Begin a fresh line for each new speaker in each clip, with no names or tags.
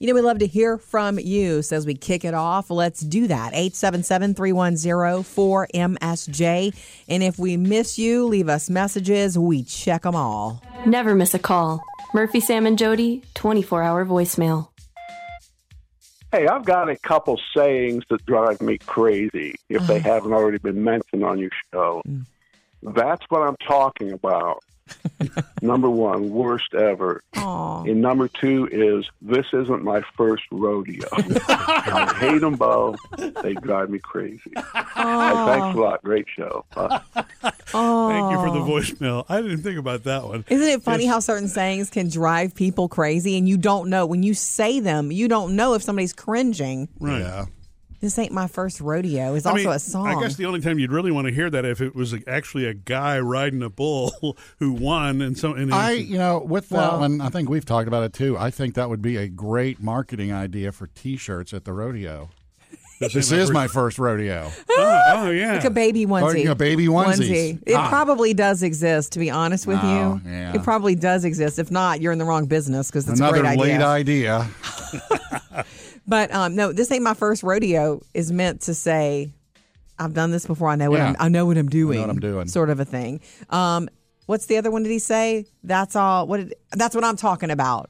You know, we love to hear from you. So as we kick it off, let's do that. 877 310 4MSJ. And if we miss you, leave us messages. We check them all.
Never miss a call. Murphy, Sam, and Jody, 24 hour voicemail.
Hey, I've got a couple sayings that drive me crazy if they haven't already been mentioned on your show. That's what I'm talking about. number one, worst ever.
Aw.
And number two is this isn't my first rodeo. I hate them both. They drive me crazy. Hey, thanks a lot. Great show. Bye.
Thank you for the voicemail. I didn't think about that one.
Isn't it funny
Yes.
how certain sayings can drive people crazy and you don't know when you say them, you don't know if somebody's cringing.
Right.
This ain't my first rodeo is
I
also
mean,
a song.
I guess the only time you'd really want to hear that if it was like, actually a guy riding a bull who won and so and
I, you know, with that one, I think we've talked about it too. I think that would be a great marketing idea for T-shirts at the rodeo. This is my first rodeo.
oh, oh, yeah.
like a baby onesie.
yeah, baby onesies.
It
Ah.
probably does exist, to be honest with
Oh,
No,
you.
yeah.
It probably does exist. If not, you're in the wrong business because it's
Another
a great
late
idea.
idea.
But um, no, this ain't my first rodeo is meant to say, I've done this before. I know what
Yeah.
I'm, I know what I'm doing.
I'm doing.
Sort of a thing. Um, what's the other one? Did he say? That's all. What? Did, that's what I'm talking about.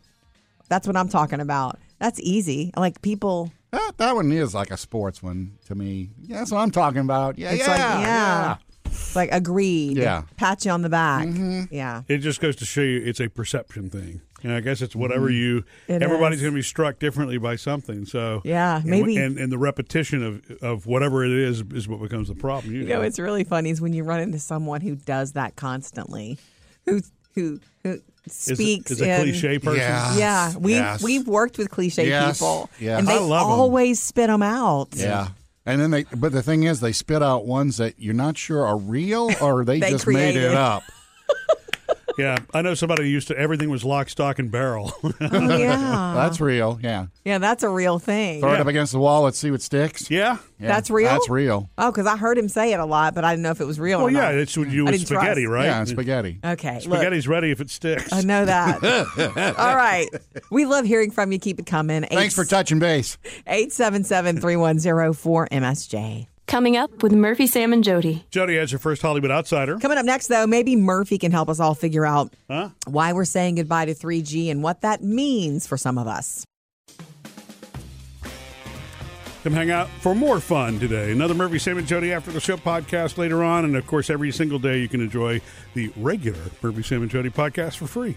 That's what I'm talking about. That's easy. Like people.
That, that one is like a sports one to me. Yeah, that's what I'm talking about. Yeah,
It's
yeah,
like yeah. It's like agreed.
Yeah.
Pat you on the back. Yeah.
It just goes to show you it's a perception thing. And I guess it's whatever you.
Mm-hmm. It
everybody's
is.
going to be struck differently by something. So
Yeah,
and,
maybe-
And, and the repetition of of whatever it is is what becomes the problem. You,
You know, it's really funny is when you run into someone who does that constantly, who who who
is,
speaks
is
in
a cliche person.
Yeah.
Yeah,
Yes,
we've
yes.
we've worked with cliche
Yes,
people,
yes.
and they
I love 'em.
always spit 'em spit them out.
Yeah. And then they, but the thing is, they spit out ones that you're not sure are real or they,
They
just made
created.
it up.
Yeah, I know somebody who used to everything was lock, stock, and barrel.
Oh, yeah,
That's real. Yeah.
yeah, that's a real thing.
Throw it up against the wall. Let's see what sticks.
yeah.
Yeah,
That's real?
That's real.
Oh, because I heard him say it a lot, but I didn't know if it was real.
Well,
or
yeah,
not.
it's what you
Oh,
do
I
with
didn't trust.
spaghetti, right?
Yeah, and spaghetti.
okay. Look,
Spaghetti's ready if it sticks.
I know that. All right, we love hearing from you. Keep it coming.
Thanks for touching base.
eight seven seven three one zero four MSJ.
Coming up with Murphy, Sam, and Jody.
Jody has her first Hollywood outsider.
Coming up next, though, maybe Murphy can help us all figure out why we're saying goodbye to 3G and what that means for some of us.
Come hang out for more fun today. Another Murphy, Sam, and Jody after the show podcast later on. And of course, every single day you can enjoy the regular Murphy, Sam, and Jody podcast for free.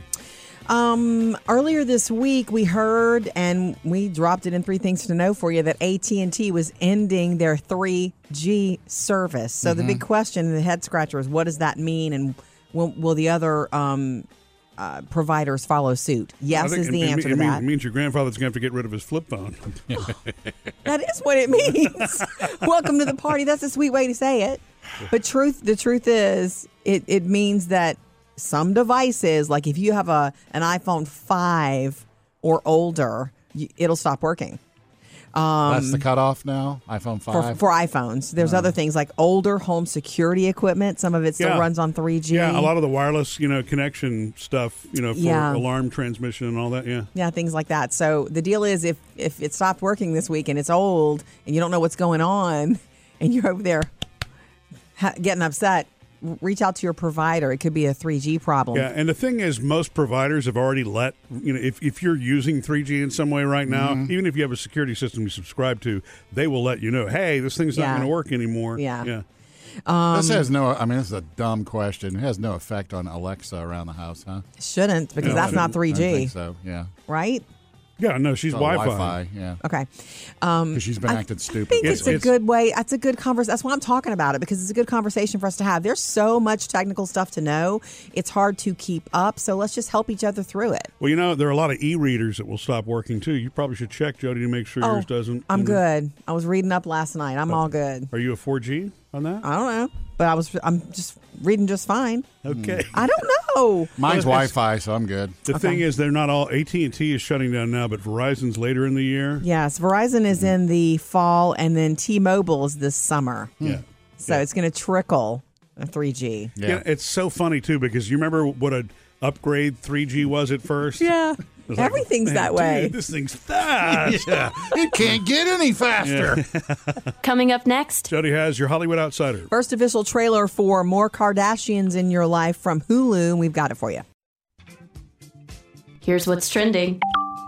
Um, earlier this week, we heard and we dropped it in three things to know for you that AT and T was ending their 3G service. So the
Mm-hmm.
big question, the head scratcher, is what does that mean, and will, will the other um, uh, providers follow suit? Yes, is the
it,
answer
it,
to
mean-
that.
It means your grandfather's going to have to get rid of his flip phone.
That is what it means. Welcome to the party. That's a sweet way to say it. But truth, the truth is, it, it means that some devices, like if you have a an iPhone five or older, you, it'll stop working
that's the cutoff now. iPhone
Um, for,
five.
for iPhones. There's other things like older home security equipment. Some of it still
Yeah.
runs on three G.
yeah, a lot of the wireless, you know, connection stuff, you know, for
Yeah.
alarm transmission and all that. Yeah.
Yeah, things like that. So the deal is, if if it stopped working this week and it's old and you don't know what's going on, and you're over there ha- getting upset, r- reach out to your provider. It could be a 3G problem.
Yeah, and the thing is, most providers have already let you know if, if you're using 3G in some way right now,
Mm-hmm.
even if you have a security system you subscribe to, they will let you know, hey, this thing's
Yeah.
not going to work anymore.
Yeah.
yeah,
this has no. I mean, this is a dumb question. It has no effect on Alexa around the house, huh?
Shouldn't because
No,
that's not
I don't
3G,
think so yeah.
right?
yeah. No, she's
So
Wi-Fi.
Wi-Fi. Yeah.
Okay.
Because she's been acting
Um, I
stupid.
think
Yes,
it's, a
it's-
good way. That's a good converse. That's why I'm talking about it because it's a good conversation for us to have. There's so much technical stuff to know. It's hard to keep up. So let's just help each other through it.
Well, you know, there are a lot of e-readers that will stop working too. You probably should check Jody to make sure yours doesn't.
Oh, I'm
you know.
good. I was reading up last night. I'm all good.
Are you a 4G on that?
I don't know, but I was I'm just reading just fine.
okay.
mm. I don't know.
Mine's
Well, it's-
Wi-Fi, so I'm good.
The thing is, they're not all. AT and T is shutting down now, but Verizon's later in the year.
Yes, Verizon is in the fall, and then T-Mobile is this summer.
Hmm. Yeah.
So it's going to trickle a 3G.
Yeah. it's so funny too because you remember what a upgrade 3G was at first.
Yeah.
It's
Everything's that
"Man,
way."
dude, this thing's fast.
Yeah, it can't get any faster.
Coming up next,
Jody has your Hollywood Outsider.
First official trailer for More Kardashians in Your Life from Hulu. and We've got it for you.
here's what's trending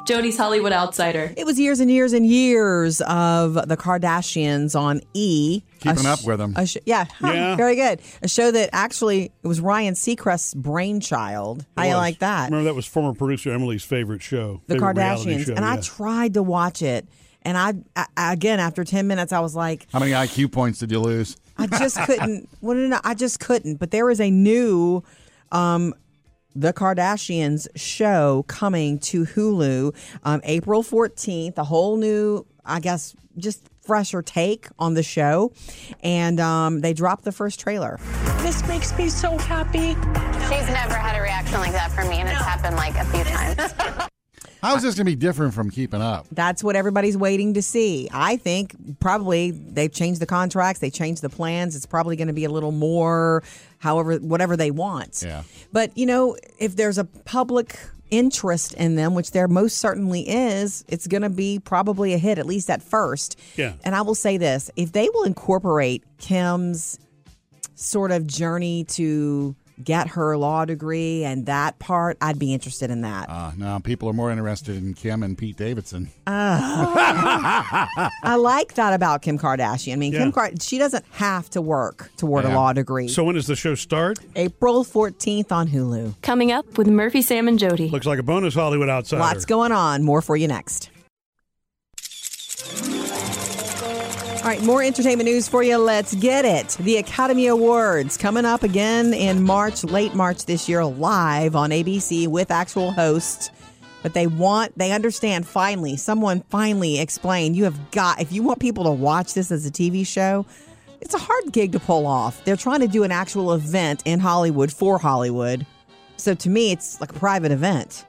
Jody's Hollywood Outsider.
It was years and years and years of the Kardashians on E. A
Keeping up with 'em.
a sh- yeah, Huh.
Yeah.
very good. A show that actually it was Ryan Seacrest's brainchild. How you
Was.
like that?
Remember that was former producer Emily's favorite show,
the
favorite reality
Kardashians,
show,
and I
yeah.
tried to watch it, and I, I again after ten minutes I was like,
How many IQ points did you lose?
I just couldn't. Well, no, no, I just couldn't. But there is a new, um, the Kardashians show coming to Hulu, um, April fourteenth. A whole new, I guess, just fresher take on the show, and um, they dropped the first trailer.
This makes me so happy.
She's never had a reaction like that from me, and it's happened like a few times.
How is this going to be different from keeping up?
That's what everybody's waiting to see. I think probably they've changed the contracts, they changed the plans. It's probably going to be a little more, however, whatever they want.
Yeah.
But, you know, if there's a public interest in them, which there most certainly is, it's going to be probably a hit, at least at first.
Yeah.
And I will say this if they will incorporate Kim's sort of journey to get her law degree and that part, I'd be interested in that.
Uh, no, people are more interested in Kim and Pete Davidson.
I like that about Kim Kardashian. I mean,
Yeah.
Kim Kar- she doesn't have to work toward a
Yeah.
law degree.
So when does the show start?
April 14th on Hulu.
Coming up with Murphy, Sam, and Jody.
Looks like a bonus Hollywood Outsider.
Lots going on. More for you next. All right, more entertainment news for you. Let's get it. The Academy Awards coming up again in March, late March this year, live on ABC with actual hosts. But they want, they understand finally, someone finally explained you have got, if you want people to watch this as a TV show, it's a hard gig to pull off. They're trying to do an actual event in Hollywood for Hollywood. So to me, it's like a private event.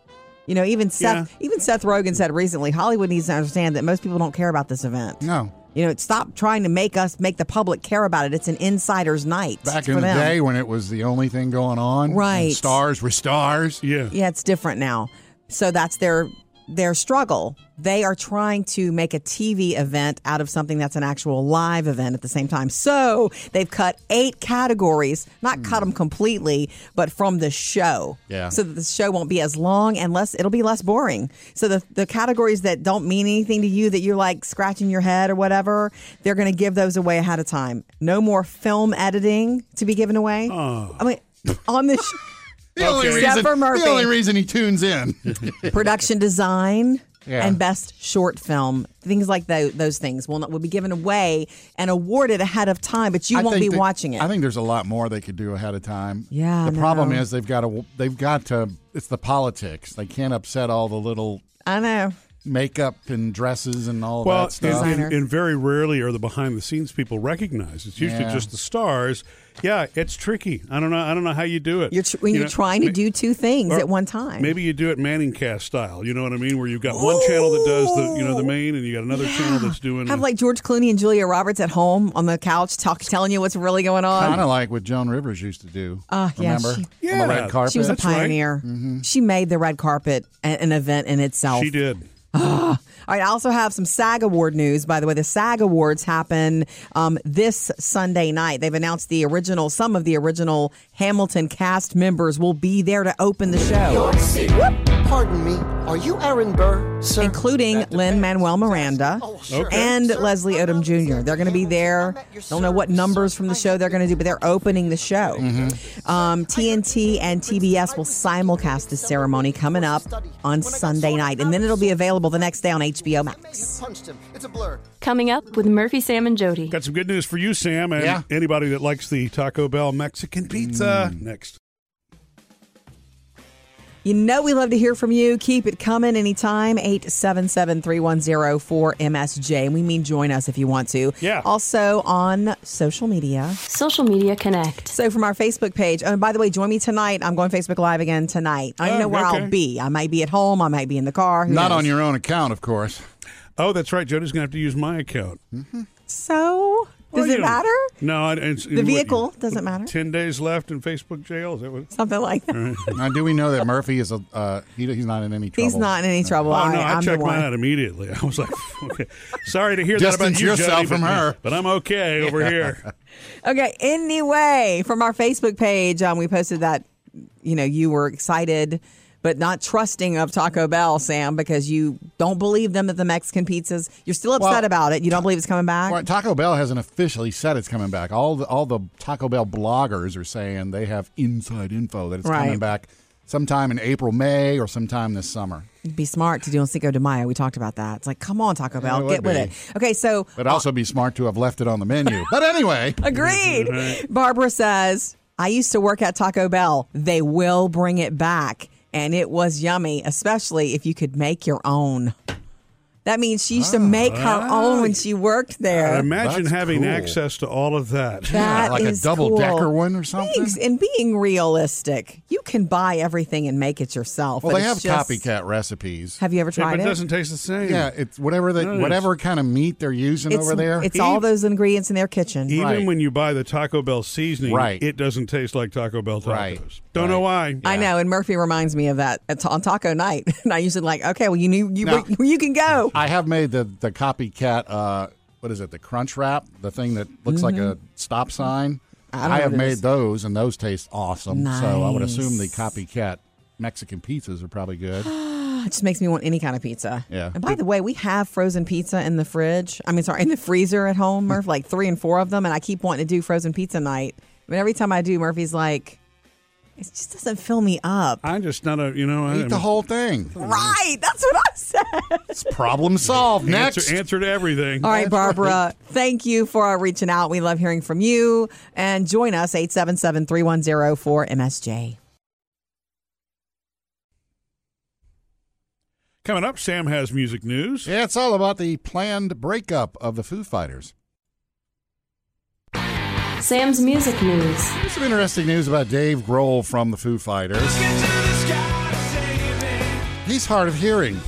You know, even Seth, even Seth Rogen said recently, Hollywood needs to understand that most people don't care about this event.
No.
You know, stop trying to make us make the public care about it. It's an insider's night.
Back
for
in the
them.
day when it was the only thing going on, and
Right.
Stars were stars.
Yeah.
Yeah, it's different now. So that's their their struggle. They are trying to make a TV event out of something that's an actual live event at the same time. So they've cut eight categories, not cut them completely, but from the show.
Yeah.
So that the show won't be as long and less, it'll be less boring. So the, the categories that don't mean anything to you that you're like scratching your head or whatever, they're going to give those away ahead of time. No more film editing to be given away. I mean, on the sh-
The only,
Okay. Except
reason,
for Murphy.
the only reason he tunes in.
production design
Yeah.
and best short film things like tho- those things will not will be given away and awarded ahead of time but you
I
won't
think
be
that-
watching it
I think there's a lot more they could do ahead of time.
Yeah,
The
I
problem
know.
is they've got to they've got to it's the politics. They can't upset all the little
I know
makeup and dresses and all
Well,
that stuff.
and,
Designer.
and, and very rarely are the behind the scenes people recognized. It's usually
Yeah.
just the stars. Yeah, it's tricky. I don't know. I don't know how you do it.
you're tr- when
You
you're
know,
trying to
ma-
do two things
or
at one time
Maybe you do it Manning cast style. You know what I mean? Where you've got one channel that does the you know the main, and you got another channel that's doing.
have like George Clooney and Julia Roberts at home on the couch talk, telling you what's really going on
Kind of like what Joan Rivers used to do.
Ah, yeah,
remember?
she-
On
Yeah.
the red carpet.
she was a
That's right. Mm-hmm.
pioneer she made the red carpet a- an event in itself
she did.
All right, I also have some SAG Award news. By the way, the SAG Awards happen um, this Sunday night. They've announced the original, some of the original Hamilton cast members will be there to open the show,
Pardon me, are you Aaron Burr, sir?
including Lynn Manuel Miranda
Oh, sure. Okay.
and
Sir,
Leslie
I'm
Odom
not-
Jr.
sir,
They're going to be
Hamilton,
there.
I'm at your
Don't know what
service,
numbers
sir.
from
I
the show they're
have
going to do,
been-
but they're opening the show. Um, TNT and TBS will simulcast the ceremony coming up on Sunday night, and then it'll be available the next day on HBO Max.
Punched him. It's a blur.
Coming up with Murphy, Sam, and Jody.
Got some good news for you, Sam, and
Yeah. Mm.
anybody that likes the Taco Bell Mexican pizza. Next.
You know, we love to hear from you. Keep it coming anytime. 877 310 4MSJ. And we mean join us if you want to.
Yeah.
Also on social media.
Social media connect.
So from our Facebook page. Oh, and by the way, join me tonight. I'm going Facebook Live again tonight. I don't
Oh,
know where
okay.
I'll be. I might be at home. I might be in the car. Who
Not
knows?
on your own account, of course.
Oh, that's right. Jody's gonna have to use my account.
So.
Well,
Does it
you don't-
matter?
No, it- it's
The vehicle doesn't matter.
Ten days left in Facebook jail. Is that what?
Something like that.
Now, do we know that Murphy is a uh, he, he's not in any trouble?
He's not in any trouble.
oh no,
I,
I,
am
checked
the one.
mine out immediately. I was like, okay, sorry to hear that about
Distance
you,
yourself
Jody,
from
but,
her.
but I'm okay over here.
Okay. Anyway, from our Facebook page, um, we posted that you know you were excited but not trusting of Taco Bell, Sam, because you don't believe them that the Mexican pizzas. You're still upset
Well,
about it. You don't believe it's coming back.
Well, Taco Bell hasn't officially said it's coming back. All the all the Taco Bell bloggers are saying they have inside info that it's coming
Right.
back sometime in April, May, or sometime this summer.
Be smart to do on Cinco de Mayo. We talked about that. It's like, come on, Taco Bell,
it would
get with
be.
it. Okay, so
But also be smart to have left it on the menu. But anyway,
Agreed. Barbara says, I used to work at Taco Bell. They will bring it back. And it was yummy, especially if you could make your own. That means she
Oh,
used to make her own when she worked there.
Imagine
That's
having
cool.
access to all of that.
That
like a
is
double
cool.
decker one or something?
Thanks. And being realistic, you can buy everything and make it yourself.
well,
but
they have
it's just-
copycat recipes.
Have you ever
Yeah, but
tried
it doesn't taste the same.
yeah, it's whatever they,
No, it's-
whatever kind of meat they're using
It's,
over there.
it's all those ingredients in their kitchen.
Even
Right.
when you buy the Taco Bell seasoning,
Right.
it doesn't taste like Taco Bell tacos.
Right.
Don't know why.
I know, and Murphy reminds me of that at, on taco night. And I usually like, okay, well, you knew you
Now-
you can go.
I have made the the copycat. Uh, what is it? The crunch wrap, the thing that looks like a stop sign.
Mm-hmm. I don't know
have
what it
made
is.
those, and those taste awesome. So I would assume the
Nice.
copycat Mexican pizzas are probably good.
It just makes me want any kind of pizza.
Yeah.
And by the way, we have frozen pizza in the fridge. I mean, sorry, in the freezer at home, Murph, like three and four of them. And I keep wanting to do frozen pizza night. But every time I do, Murphy's like, it just doesn't fill me up.
I'm just not a you know. I-
Eat the whole thing.
Right. That's what I said.
It's problem solved. Next. Uh,
answer, answer to everything.
All right, Barbara, thank you for uh, reaching out. We love hearing from you. And join us, 877 310 4MSJ.
Coming up, Sam has music news.
Yeah, it's all about the planned breakup of the Foo Fighters.
Sam's Music News.
There's some interesting news about Dave Grohl from the Foo Fighters. He's hard of hearing.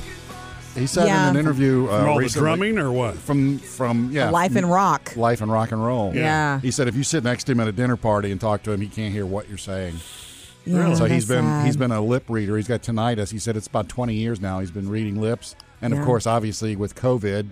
He said
Yeah.
in an interview uh,
From all the
recently-
drumming or what?
from from yeah
Life and rock.
life and rock and roll.
Yeah.
He said if you sit next to him at a dinner party and talk to him, he can't hear what you're saying.
Yeah,
So he's
that's
been
sad.
he's been a lip reader. He's got tinnitus. He said it's about 20 years now. He's been reading lips, and
Yeah.
of course, obviously with COVID,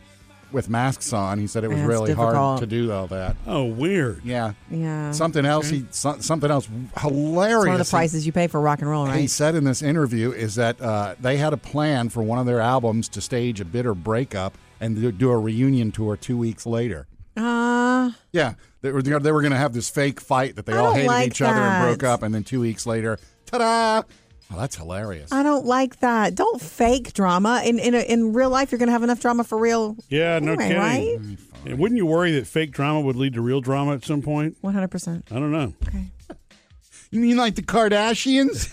with masks on, he said it was
Yeah, it's
really
difficult.
hard to do all that.
Oh, weird.
Yeah.
Yeah.
Something else. He so, something else hilarious.
It's one of the prices you pay for rock and roll,
he, he
right?
said in this interview is that uh, they had a plan for one of their albums to stage a bitter breakup and do- do a reunion tour two weeks later.
Uh,
Yeah, they were they were going to have this fake fight that they
I
all
don't
hated
like
each other and broke
that.
up, and then two weeks later, ta-da! Oh, that's hilarious.
I don't like that. Don't fake drama. In in, a, in real life, you're going to have enough drama for real.
Yeah, no
anyway,
kidding.
Right?
And wouldn't you worry that fake drama would lead to real drama at some point?
100%.
I don't know.
Okay.
You mean like the Kardashians?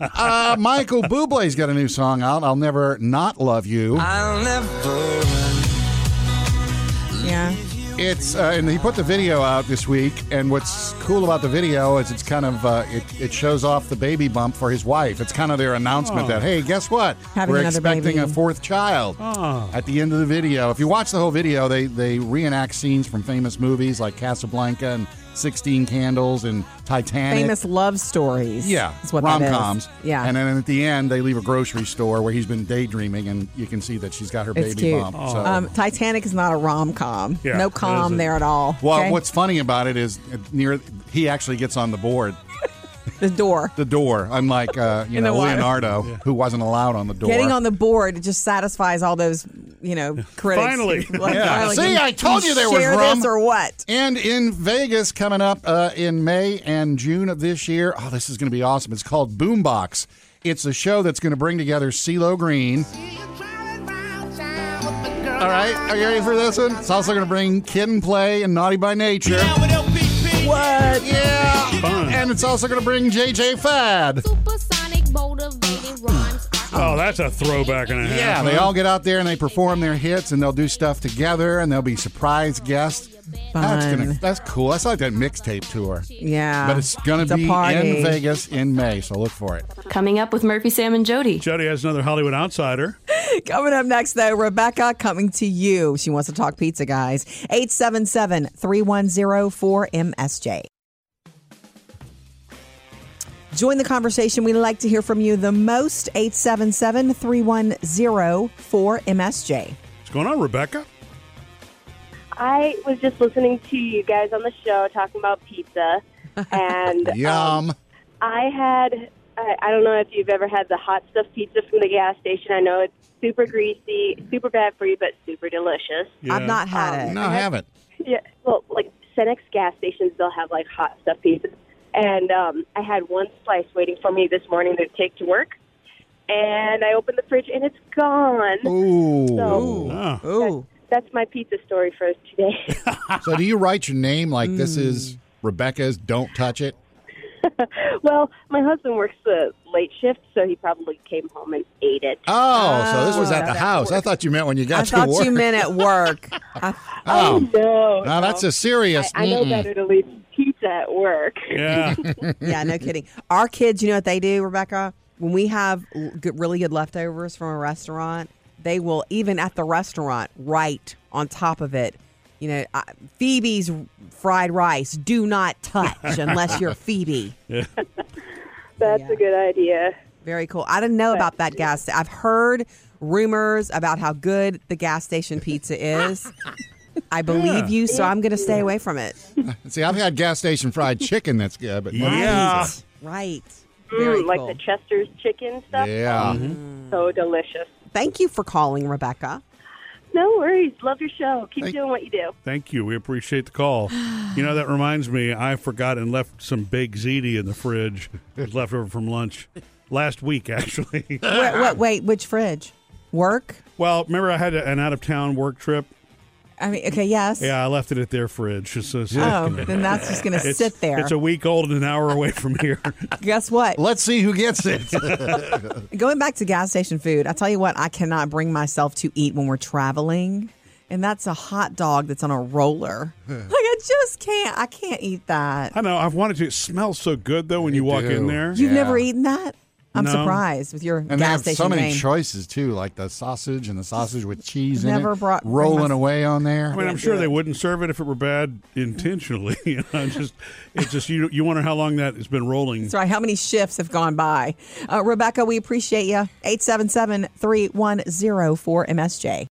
uh, Michael Bublé's got a new song out. I'll never not love you.
Yeah.
It's uh, and he put the video out this week. And what's cool about the video is it's kind of uh, it, it shows off the baby bump for his wife. It's kind of their announcement that hey, guess what?
Oh. Having
We're
another
expecting
baby. Oh.
a fourth child. At the end of the video, if you watch the whole video, they they reenact scenes from famous movies like Casablanca and Sixteen Candles and Titanic.
Famous love stories.
Yeah,
Is what that
rom
is.
coms.
Yeah.
and then at the end they leave a grocery store where he's been daydreaming, and you can see that she's got her
it's
baby
cute.
bump. So.
Um, Titanic is not a rom com.
Yeah,
no
it
calm
isn't.
there at all.
well,
okay?
what's funny about it is uh, near he actually gets on the board,
the door?
the door, unlike uh, you
In the
know
water.
Leonardo, who wasn't allowed on the door.
Getting on the board it just satisfies all those, you know, critics.
Finally.
Like,
Yeah.
finally,
See,
can
I told you there was
share
rum.
this or what?
and in Vegas coming up uh, in May and June of this year. Oh, this is going to be awesome. It's called Boombox. It's a show that's going to bring together CeeLo Green. All right, are you ready for this one? It's also going to bring Kid and Play and Naughty by Nature.
What?
Yeah.
Fun.
And it's also going to bring JJ Fad.
Oh, that's a throwback and a half.
Yeah, they all get out there and they perform their hits and they'll do stuff together and there'll be surprise guests. That's
Fun.
gonna that's cool. That's like that mixtape tour.
Yeah.
But it's gonna
a
be
party.
in Vegas in May, so look for it.
Coming up with Murphy, Sam, and Jody.
Jody has another Hollywood outsider.
Coming up next, though, Rebecca coming to you. She wants to talk pizza, guys. 877 310 4MSJ. Join the conversation. We like to hear from you the most. 877 310 4MSJ.
What's going on, Rebecca?
I was just listening to you guys on the show talking about pizza, and um,
Yum.
I had I, I don't know if you've ever had the hot stuffed pizza from the gas station. I know it's super greasy, super bad for you, but super delicious.
I've not had it.
no, I haven't.
Yeah, well, like Cenex gas stations, they'll have like hot stuffed pizza, and um, I had one slice waiting for me this morning to take to work, and I opened the fridge and it's gone.
Ooh.
So-
Ah.
Ooh.
That's my pizza story for today.
So do you write your name like this
Hmm.
is Rebecca's? Don't touch it.
Well, my husband works the late shift, so he probably came home and ate it.
Oh, so this was
Oh,
at the
that
house. I thought you meant when you
I
got to
thought
work.
you meant at work. I,
oh,
No,
now that's a serious.
I know
mm-mm.
better to leave pizza at work.
Oh,
Yeah.
yeah, no kidding. Our kids, you know what they do, Rebecca? When we have l- good, really good leftovers from a restaurant, they will even at the restaurant write on top of it. You know, I, Phoebe's fried rice. Do not touch unless you're Phoebe.
That's
Yeah.
a good idea.
Very cool. I didn't know about that gas. sta- I've heard rumors about how good the gas station pizza is. I believe you, so I'm going to stay away from it.
See, I've had gas station fried chicken. That's good, but
Yeah.
Right. Right. Very
Mm, like
cool.
the Chester's chicken stuff.
yeah.
So delicious.
Thank you for calling, Rebecca.
No worries. Love your show. Keep
Thank-
doing what you do.
Thank you. We appreciate the call. You know, that reminds me, I forgot and left some big ziti in the fridge. It was left over from lunch last week, actually.
wait,
Uh-huh.
wait, wait, which fridge? Work?
well, remember I had a- an out of town work trip?
I mean, okay, yes.
Yeah, I left it at their fridge. It's, it's-
Oh, then that's just going to
it's-
sit there.
It's a week old and an hour away from here.
Guess what?
Let's see who gets it.
Going back to gas station food, I tell you what, I cannot bring myself to eat when we're traveling. And that's a hot dog that's on a roller. like, I just can't. I can't eat that.
I know. I've wanted to. It smells so good, though, when you walk
do.
in there.
You've
Yeah.
never eaten that? I'm
No.
surprised with your
And they
gas
have
station
so many
name.
choices too, like the sausage and the sausage with cheese in
Never
it,
brought- bring
rolling
my-
away on
I
there.
mean, I'm sure they wouldn't serve it if it were bad intentionally. you know, it's just, it's just you. You wonder how long that has been rolling.
That's right. How many shifts have gone by? Uh, Rebecca, we appreciate you. 877 310 4MSJ.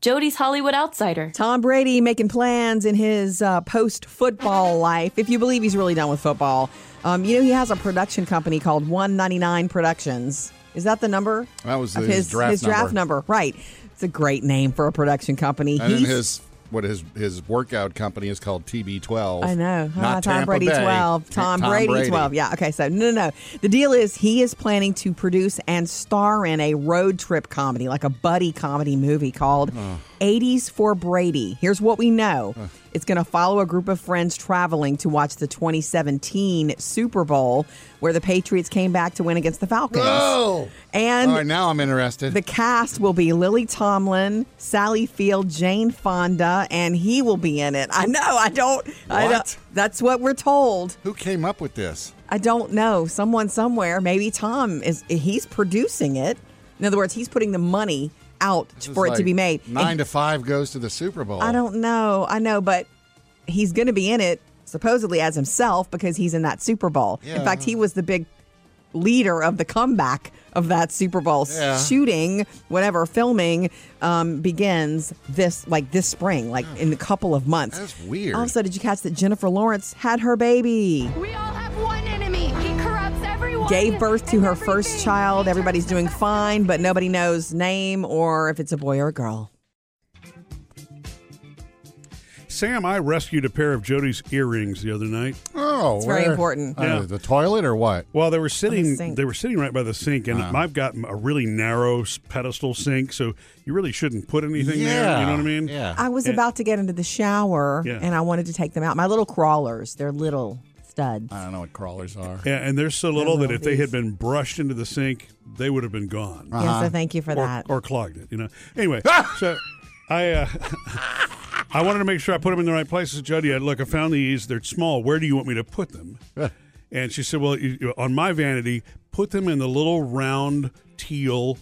Jody's Hollywood Outsider.
Tom Brady making plans in his uh, post football life, if you believe he's really done with football. Um, you know, he has a production company called 199 Productions. Is that the number?
That was
Of
his draft
draft number. Right. It's a great name for a production company.
And then
He's-
his what his his workout company is called TB12.
I know.
Not
Ah, Tom
Tampa
Brady
Bay.
12. Tom, Brady, 12. Yeah. Okay. So, no, no, no. The deal is he is planning to produce and star in a road trip comedy, like a buddy comedy movie called 80s for Brady. Here's what we know it's going to follow a group of friends traveling to watch the 2017 Super Bowl, where the Patriots came back to win against the Falcons.
Oh.
And
All right, now I'm interested.
the cast will be Lily Tomlin, Sally Field, Jane Fonda, and he will be in it. I know. I don't. I
What?
don't that's what we're told.
Who came up with this?
I don't know. Someone somewhere, maybe Tom is. He's producing it. In other words, he's putting the money out
This is
for it to
like
be made. And
Nine to five goes to the Super Bowl.
I don't know. I know, but he's going to be in it supposedly as himself because he's in that Super Bowl.
Yeah.
In fact, he was the big leader of the comeback of that Super Bowl s-
Yeah.
shooting, whatever filming um, begins this like this spring, like in a couple of months.
That's weird.
Also, did you catch that Jennifer Lawrence had her baby?
We all have one enemy. He corrupts everyone.
Gave birth to her first child. Everybody's doing fine, but nobody knows name or if it's a boy or a girl.
Sam, I rescued a pair of Jody's earrings the other night.
Oh,
It's very
where-
important.
under
Yeah.
The toilet or what?
Well, they were
the
sitting.
sink.
They were sitting right by the sink, and I've got a really narrow s- pedestal sink, so you really shouldn't put anything there. You know what I mean?
Yeah.
I was about to get into the shower
Yeah.
and I wanted to take them out. My little crawlers, they're little studs.
I don't know what crawlers are.
Yeah, and they're so little that
will
if they had
these.
been brushed into the sink, they would have been gone
Yeah, so thank you for
Uh-huh. or,
that.
or clogged it. You know. Anyway, so I. Uh, I wanted to make sure I put them in the right places. Jody, I, look, I found these. They're small. Where do you want me to put them? and she said, "Well, you, you- on my vanity, put them in the little round teal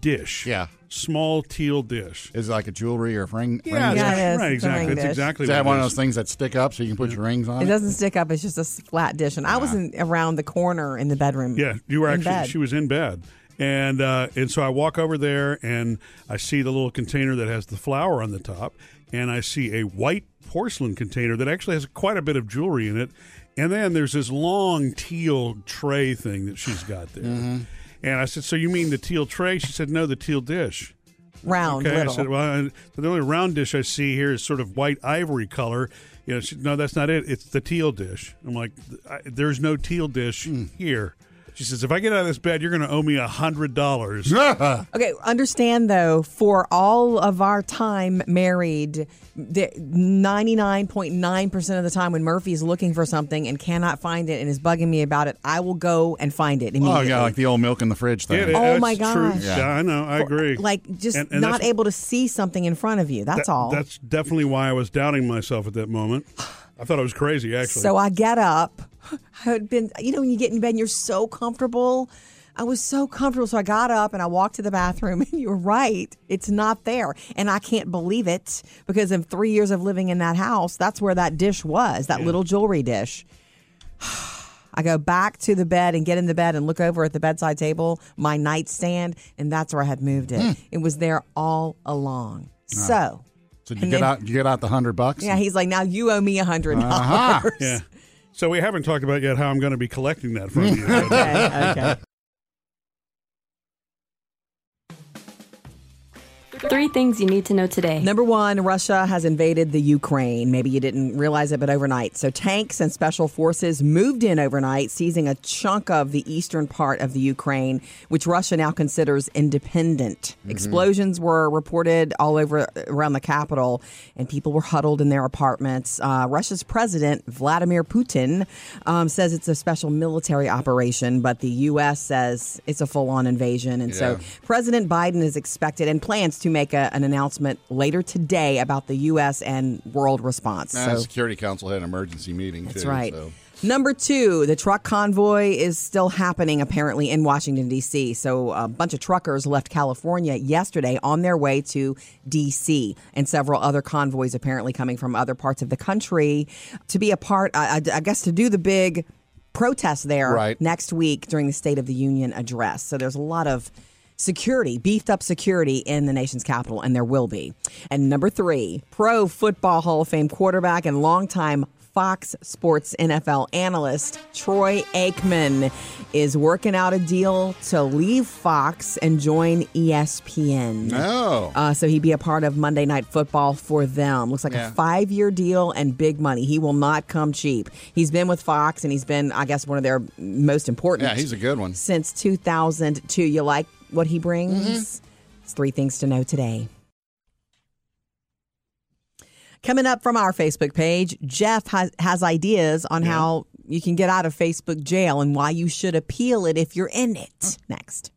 dish.
Yeah.
Small teal dish.
Is it like a jewelry or a ring?
Yeah,
ring
Yeah,
dish?
it is.
that's
It's
right.
a
Exactly.
ring
That's
dish.
exactly
Is that
what
one
it
of
is.
those things that stick up so you can put your rings on?
It doesn't stick up. It's just a s- flat dish. And I was in, around the corner in the bedroom.
Uh-huh. Yeah, you were
in
actually.
bed.
She was in bed, and uh, and so I walk over there and I see the little container that has the flower on the top, and I see a white porcelain container that actually has quite a bit of jewelry in it, and then there's this long teal tray thing that she's got there,
Mm-hmm.
and I said, "So you mean the teal tray?" She said, "No, the teal dish."
round
Okay,
little.
I said, well, I- so the only round dish I see here is sort of white ivory color. You know, she, no, that's not it. It's the teal dish. I'm like, th- I, there's no teal dish here. She says, if I get out of this bed, you're going to owe me a hundred dollars.
Okay, understand though, for all of our time married, the 99.9% of the time when Murphy is looking for something and cannot find it and is bugging me about it, I will go and find it
Oh,
immediately.
yeah, like the old milk in the fridge thing.
Get it?
Oh,
That's
my
True.
gosh. uh,
Yeah.
Yeah.
I know. I agree.
Like just
And- and
not
that's-
able to see something in front of you. That's
that-
all.
That's definitely why I was doubting myself at that moment. I thought I was crazy, actually.
so I get up. I had been, you know, when you get in bed and you're so comfortable. I was so comfortable. So I got up and I walked to the bathroom, and you're right. It's not there. And I can't believe it because in three years of living in that house, that's where that dish was, that little jewelry dish. I go back to the bed and get in the bed and look over at the bedside table, my nightstand, and that's where I had moved it.
Hmm.
It was there all along.
Ah.
So,
So did you
And
get
then-
out, did you get out the hundred bucks.
yeah, he's like, now you owe me a hundred dollars.
Aha.
Uh-huh. yeah. So we haven't talked about yet how I'm going to be collecting that from you.
Okay, okay.
Three things you need to know today.
Number one, Russia has invaded the Ukraine. Maybe you didn't realize it, but overnight. So tanks and special forces moved in overnight, seizing a chunk of the eastern part of the Ukraine, which Russia now considers independent. Explosions were reported all over around the capital, and people were huddled in their apartments. Uh, Russia's president Vladimir Putin um, says it's a special military operation, but the U.S. says it's a full-on invasion, and so. President Biden is expected and plans to make a, an announcement later today about the U.S. and world response.
Uh, the
so
Security Council had an emergency meeting.
that's
too,
right.
so-
Number two, the truck convoy is still happening apparently in Washington, D.C. So a bunch of truckers left California yesterday on their way to D.C. and several other convoys apparently coming from other parts of the country to be a part, I, I- I guess, to do the big protest there
Right.
next week during the State of the Union address. So there's a lot of security, beefed up security in the nation's capital, and there will be. And number three, pro football Hall of Fame quarterback and longtime Fox Sports NFL analyst Troy Aikman is working out a deal to leave Fox and join E ESPN.
Oh.
Uh, so he'd be a part of Monday Night Football for them. Looks like
Yeah.
a five year deal and big money. He will not come cheap. He's been with Fox and he's been, I guess, one of their most important
yeah, he's a good one.
since 2002. You like what he brings?
Mm-hmm.
It's three things to know today. Coming up from our Facebook page, Jeff has, has ideas on how you can get out of Facebook jail and why you should appeal it if you're in it. Next.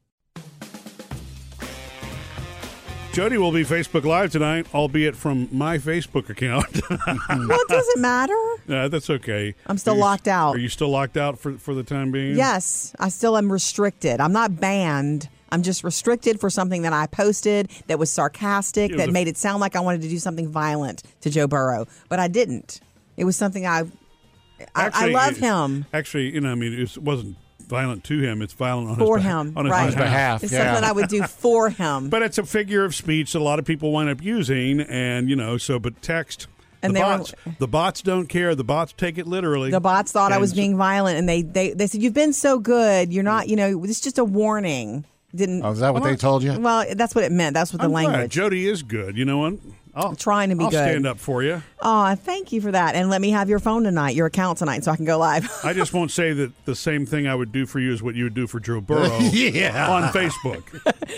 Jody will be Facebook Live tonight, albeit from my Facebook account.
well, it doesn't matter.
No, that's okay.
I'm still
Are you-
locked out.
Are you still locked out for for the time being?
Yes, I still am restricted. I'm not banned. I'm just restricted for something that I posted that was sarcastic,
Yeah,
that
the-
made it sound like I wanted to do something violent to Joe Burrow, but I didn't. It was something I. I, I
Actually,
love
it-
him
Actually, you know, I mean, it wasn't violent to him. It's violent on
for
his beh-
him,
on his
right?
behalf.
It's
yeah.
something I would do for him.
But it's a figure of speech that a lot of people wind up using, and you know, so but text.
And
the
they were-
bots, the bots don't care. The bots take it literally.
the bots thought I
And
was
so-
being violent, and they, they they said, "You've been so good. You're not. You know, it's just a warning." Didn't.
Oh, is that what they told you?
Well, that's what it meant. That's what the
I'm glad.
language.
Jody is good. You know what? I'll,
I'm trying to be
I'll
good.
stand up for you.
Oh, thank you for that. And let me have your phone tonight, your account tonight, so I can go live.
I just won't say that the same thing I would do for you is what you would do for Joe Burrow
Yeah.
on Facebook.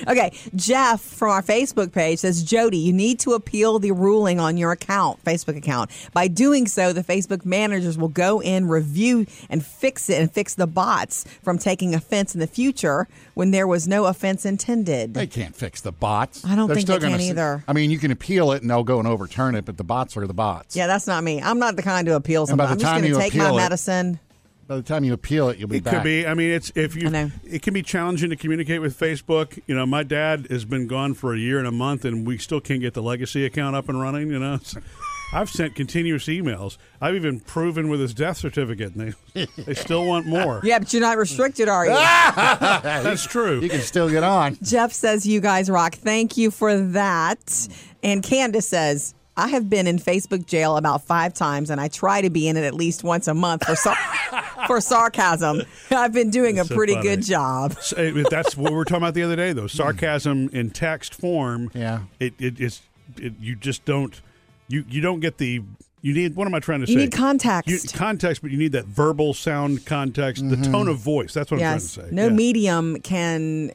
okay. Jeff from our Facebook page says, Jody, you need to appeal the ruling on your account, Facebook account. By doing so, the Facebook managers will go in, review, and fix it and fix the bots from taking offense in the future when there was no offense intended.
They can't fix the bots.
I don't
They're
think
still
they can
gonna s-
either.
I mean, you can appeal it and they'll go and overturn it, but the bots are the bots.
yeah, that's not me. I'm not the kind to appeal
And by
something. I'm
the
just
time
going
you
to take my
appeal it-
medicine.
By the time you appeal it, you'll be
It
back.
could be. I mean, it's if you.
I know.
It can be challenging to communicate with Facebook. You know, my dad has been gone for a year and a month, and we still can't get the legacy account up and running. You know, It's- I've sent continuous emails. I've even proven with his death certificate, and they they still want more.
Yeah, but you're not restricted, are you?
that's true.
You can still get on.
Jeff says, You guys rock. Thank you for that. And Candace says, I have been in Facebook jail about five times, and I try to be in it at least once a month for, sar- for sarcasm. I've been doing
That's
a
so
pretty
funny.
good job.
So, it- uh, that's what we were talking about the other day, though. Sarcasm in text form.
Hmm. Yeah.
It, it it's it, you just don't you you don't get the you need what am I trying to
You
say?
need context.
You- context, but you need that verbal sound context,
Mm-hmm.
the tone of voice. That's what
yes.
I'm trying to say.
No
Yeah.
medium can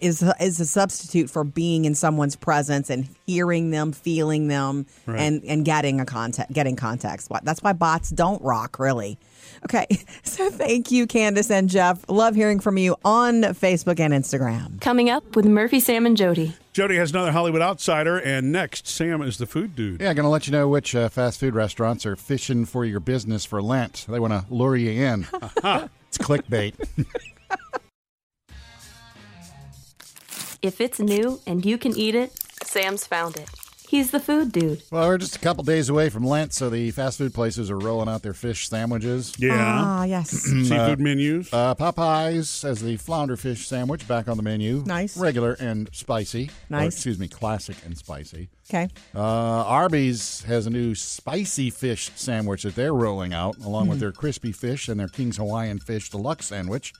is is a substitute for being in someone's presence and hearing them, feeling them,
Right.
and and getting a context, getting context. Why- That's why bots don't rock, really. Okay, so thank you, Candace and Jeff. Love hearing from you on Facebook and Instagram.
Coming up with Murphy, Sam, and Jody.
Jody has another Hollywood outsider, and next Sam is the food dude.
Yeah, going to let you know which uh, fast food restaurants are fishing for your business for Lent. They want to lure you in. it's clickbait.
If it's new and you can eat it, Sam's found it. He's the food dude.
well, we're just a couple days away from Lent, so the fast food places are rolling out their fish sandwiches.
Yeah.
Ah, yes.
Seafood menus.
Uh, Popeyes has the flounder fish sandwich back on the menu.
Nice.
Regular and spicy. Or,
Nice.
excuse me, classic and spicy.
Okay.
Uh, Arby's has a new spicy fish sandwich that they're rolling out, along
Hmm.
with their crispy fish and their King's Hawaiian fish deluxe sandwich.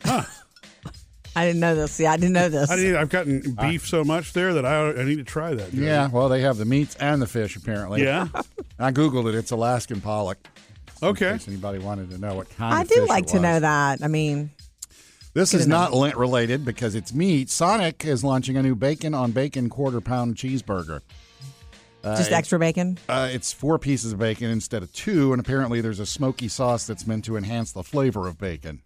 I didn't know this. Yeah, I didn't know this.
I need, I've gotten beef so much there that I, I need to try that. Jody.
Yeah, well, they have the meats and the fish, apparently.
Yeah.
I Googled it. It's Alaskan pollock. In
Okay.
case anybody wanted to know what kind
I
of fish
do
it
like to
was.
know that. I mean,
This is not Lent related because it's meat. Sonic is launching a new bacon on bacon quarter pound cheeseburger.
just extra bacon.
Uh, it's four pieces of bacon instead of two, and apparently there's a smoky sauce that's meant to enhance the flavor of bacon.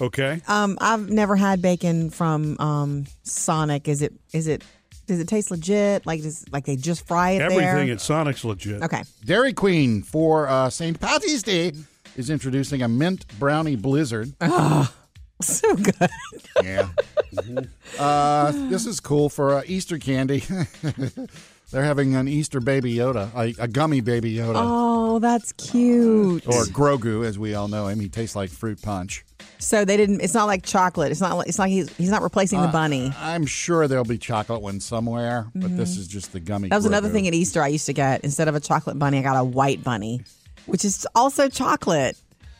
Okay.
Um, I've never had bacon from um, Sonic. Is it? Is it? Does it taste legit? Like does like they just fry it there?
Everything at Sonic's legit.
okay.
Dairy Queen for uh, St. Patty's Day is introducing a mint brownie blizzard.
So good.
Yeah. uh, this is cool for uh, Easter candy. They're having an Easter baby Yoda, a, a gummy baby Yoda,
Oh, that's cute.
or Grogu, as we all know him. He tastes like fruit punch.
So they didn't. It's not like chocolate. It's not. like It's like he's he's not replacing
Uh,
the bunny.
I'm sure there'll be chocolate one somewhere, but this is just the gummy.
Mm-hmm. That was another
Grogu.
thing at Easter I used to get. Instead of a chocolate bunny, I got a white bunny, which is also chocolate.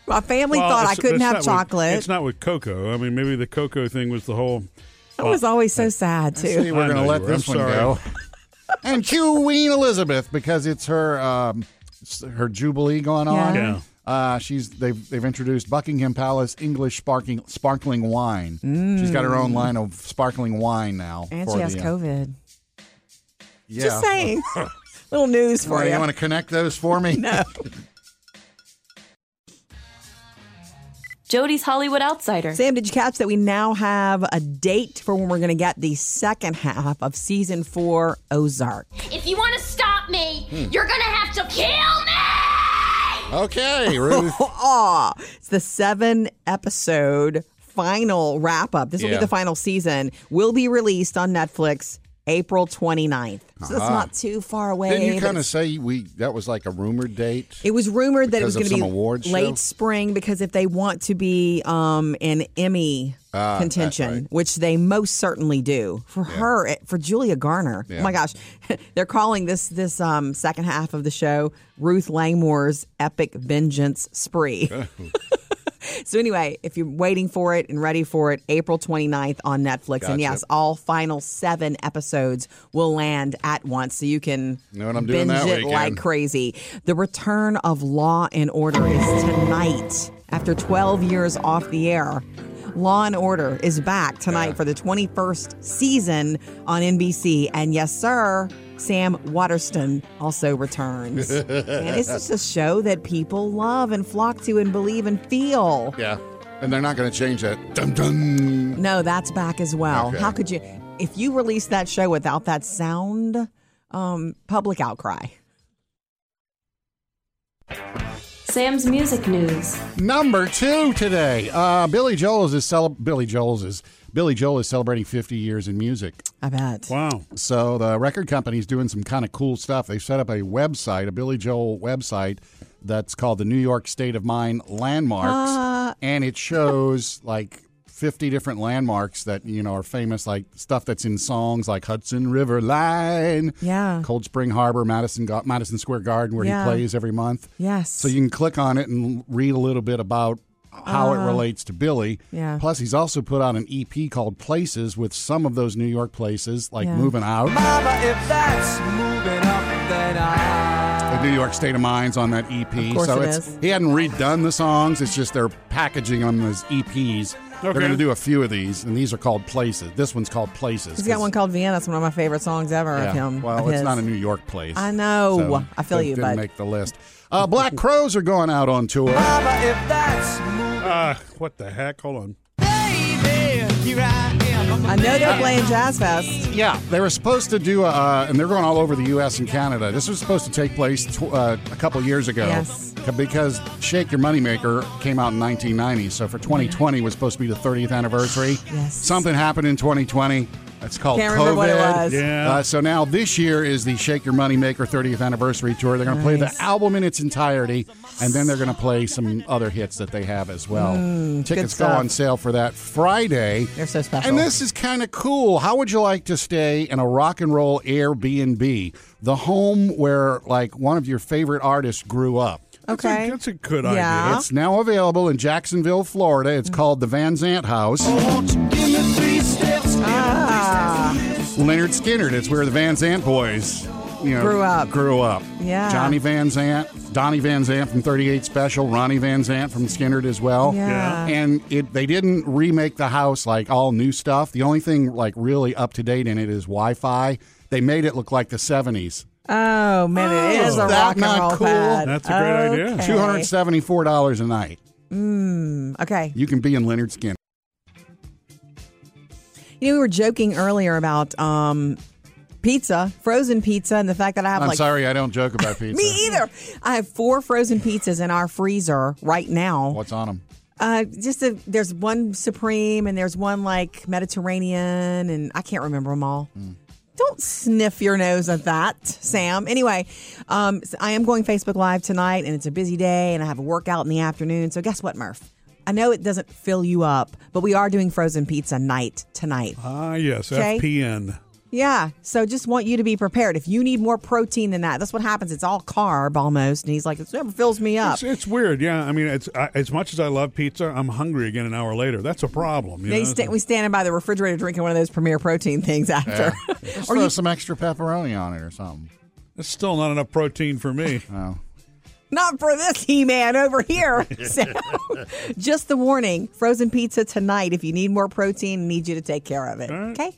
My family
Well,
thought I
it's-
couldn't
it's
have
not with-
chocolate.
it's not with cocoa. I mean, maybe the cocoa thing was the whole.
I was always so sad
See,
too.
we're
I
going to
know
let
you were.
this
I'm
one
sorry.
go. and Queen Elizabeth because it's her um, s- her jubilee going
Uh-huh.
on.
Yeah.
Uh, she's they've they've introduced Buckingham Palace English sparkling sparkling wine. She's got her own line of sparkling wine now.
Mm. And
for
she has
the, uh,
COVID.
Yeah.
Just saying. Little news for
Well, you
you.
want to connect those for me? no.
Jody's Hollywood Outsider.
Sam, did you catch that we now have a date for when we're going to get the second half of season four Ozark?
If you want to stop me, you're gonna have to kill me!
Okay, Ruth.
Aw, it's the seven episode final wrap up. This will
Yeah.
be the final season. Will be released on Netflix April 29th. So that's not too far away.
Uh-huh. Didn't you
but
kind of
it's-
say we that was like a rumored date?
It was rumored that it was
Because
going to
of
be
some awards
late
show?
spring because if they want to be um, an Emmy
Ah,
contention, which they most certainly do for her, it- for Julia Garner. Oh my gosh, they're calling this this um, second half of the show Ruth Langmore's epic vengeance spree. So anyway, if you're waiting for it and ready for it, April 29th on Netflix. And yes, all final 7 episodes will land at once so you can
Know what I'm doing
binge
that
it like
weekend.
crazy. The return of Law and Order is tonight after 12 years off the air. Law and Order is back tonight for the 21st season on NBC. And yes, sir, Sam Waterston also returns. and it's just a show that people love and flock to and believe and feel.
yeah, and they're not going to change that. Dum dum.
No, that's back as well.
Okay.
How could you? If you release that show without that sound, um, public outcry.
Sam's Music News.
Number two today. Uh, Billy Joel is cel- Billy Joel's is Billy Joel is celebrating 50 years in music.
I bet.
Wow.
So the record company's doing some kind of cool stuff. They set up a website, a Billy Joel website that's called the New York State of Mind Landmarks, and it shows like 50 different landmarks that you know are famous, like stuff that's in songs like Hudson River Line,
Yeah.
Cold Spring Harbor, Madison Ga- Madison Square Garden, where
Uh. Yeah.
he plays every month.
Yes.
So you can click on it and read a little bit about how it relates to Billy.
Uh-huh. yeah.
Plus, he's also put out an EP called Places with some of those New York places, like
Yeah.
Moving Out. The New York State of Mind's on that EP.
Of course
so
it
it's
is.
he hadn't redone the songs. It's just they're packaging them as EPs. They're
Okay.
going to do a few of these, and these are called Places. This one's called Places.
He's got one called Vienna. That's one of my favorite songs ever
Yeah.
of him.
Well,
of
it's
his.
not a New York place.
I know.
so
I feel
it
you,
Didn't
bud.
make the list. Uh, Black Crows are going out on tour.
Uh, what the heck? Hold on.
I know they're playing Jazz Fest.
Yeah, they were supposed to do, uh, and they're going all over the U.S. and Canada. This was supposed to take place tw- uh, a couple years ago.
Yes.
c- Because Shake Your Moneymaker came out in 1990, so for 2020 was supposed to be the 30th anniversary.
Yes.
Something happened in 2020. That's called
Can't
COVID.
remember what it was.
Yeah.
Uh, so now this year is the Shake Your Moneymaker 30th anniversary tour. They're going to play
Nice.
the album in its entirety, and then they're going to play some other hits that they have as well. Tickets go
stuff.
on sale for that Friday.
They're so special.
And this is kind of cool. How would you like to stay in a rock and roll Airbnb, the home where like one of your favorite artists grew up?
That's a-
Okay.
That's a good
Yeah.
idea.
It's now available in Jacksonville, Florida. It's
Mm.
called the Van Zant House.
Ah,
Leonard Skinner. That's where the Van Zant boys, you know,
Grew up.
Grew up.
Yeah.
Johnny Van Zant, Donnie Van Zant from 38 Special, Ronnie Van Zant from Skinner as well.
Yeah. Yeah.
And it they didn't remake the house like all new stuff. The only thing like really up to date in it is Wi-Fi. They made it look like the 70s.
oh man, it
Oh.
is a
Is that
rock and
not
roll
cool?
pad.
That's a great idea.
Okay. Mm,
$274 a night.
Okay.
You can be in Leonard Skinner.
You know, we were joking earlier about um, pizza, frozen pizza, and the fact that I have
I'm
like
sorry, I don't joke about pizza.
me either. I have four frozen pizzas in our freezer right now.
What's on them?
Uh, just a, there's one supreme and there's one like Mediterranean, and I can't remember them all. Don't sniff your nose at that, Sam. Anyway, um, so I am going Facebook Live tonight, and it's a busy day, and I have a workout in the afternoon. So guess what, Murph? I know it doesn't fill you up, but we are doing frozen pizza night tonight.
Ah, yes.
Okay.
FPN.
Yeah. So just want you to be prepared. If you need more protein than that, that's what happens. It's all carb almost. And he's like, it never fills me up.
It's, it's weird, yeah. I mean, it's I, as much as I love pizza, I'm hungry again an hour later. That's a problem. You
They
know?
sta- we standing by the refrigerator drinking one of those premier protein things after.
Just
or
throw
you,
some extra pepperoni on it or something. Oh.
That's still not enough protein for me.
not for this He Man over here. so, just the warning frozen pizza tonight. If you need more protein, need you to take care of it. Okay.